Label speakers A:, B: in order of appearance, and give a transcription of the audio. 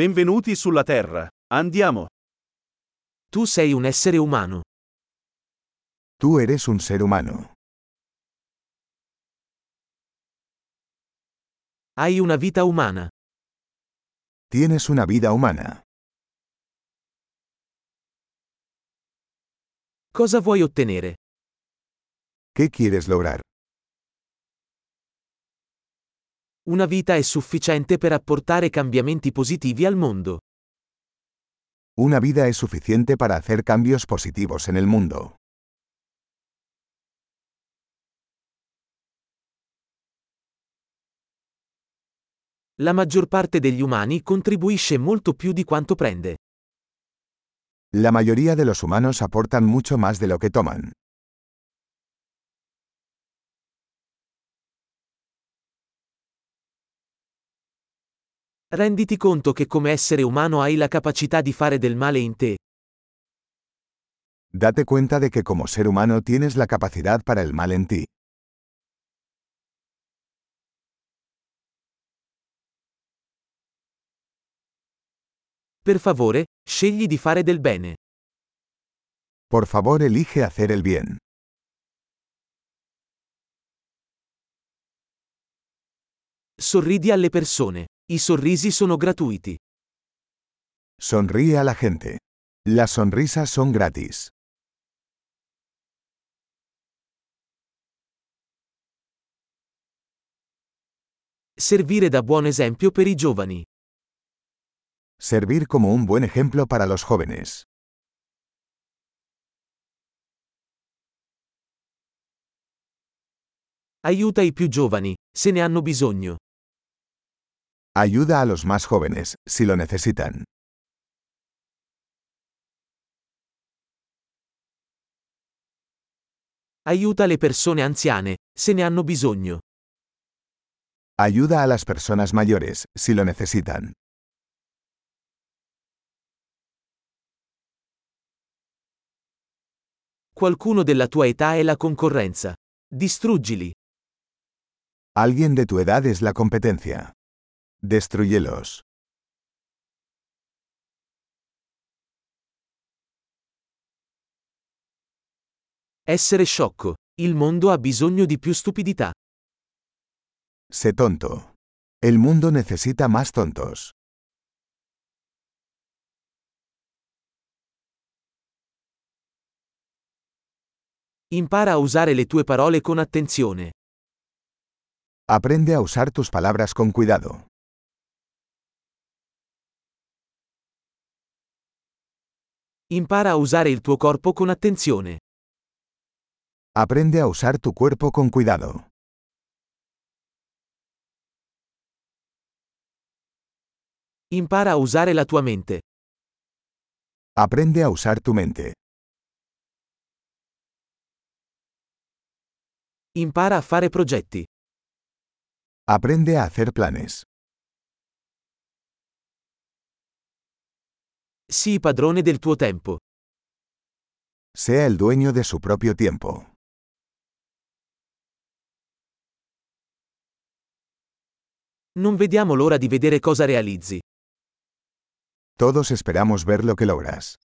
A: Benvenuti sulla Terra. Andiamo.
B: Tu sei un essere umano.
C: Tú eres un ser humano.
B: Hai una vita umana.
C: Tienes una vida humana.
B: Cosa vuoi ottenere?
C: ¿Qué quieres lograr?
B: Una vita è sufficiente per apportare cambiamenti positivi al mondo.
C: Una vida es suficiente para hacer cambios positivos en el mundo.
B: La maggior parte degli umani contribuisce molto più di quanto prende.
C: La mayoría de los humanos aportan mucho más de lo que toman.
B: Renditi conto che come essere umano hai la capacità di fare del male in te.
C: Date cuenta de que como ser humano tienes la capacidad para el mal en ti.
B: Per favore, scegli di fare del bene.
C: Por favor, elige hacer el bien.
B: Sorridi alle persone. I sorrisi sono gratuiti.
C: Sonríe a la gente. Las sonrisas son gratis.
B: Servire da buon esempio per i giovani.
C: Servir como un buen ejemplo para los jóvenes.
B: Aiuta i più giovani, se ne hanno bisogno.
C: Ayuda a los más jóvenes, si lo necesitan.
B: Aiuta le persone anziane, se ne hanno bisogno.
C: Ayuda a las personas mayores, si lo necesitan.
B: Qualcuno della tua età è la concorrenza. Distruggili.
C: Alguien de tu edad es la competencia. Destruyelos.
B: Essere sciocco. Il mondo ha bisogno di più stupidità.
C: Sé tonto. El mundo necesita más tontos.
B: Impara a usare le tue parole con attenzione.
C: Aprende a usar tus palabras con cuidado.
B: Impara a usare il tuo corpo con attenzione.
C: Aprende a usar tu cuerpo con cuidado.
B: Impara a usare la tua mente.
C: Aprende a usar tu mente.
B: Impara a fare progetti.
C: Aprende a hacer planes.
B: Sii padrone del tuo tempo.
C: Sea el dueño de su propio tiempo.
B: Non vediamo l'ora di vedere cosa realizzi.
C: Todos esperamos ver lo que logras.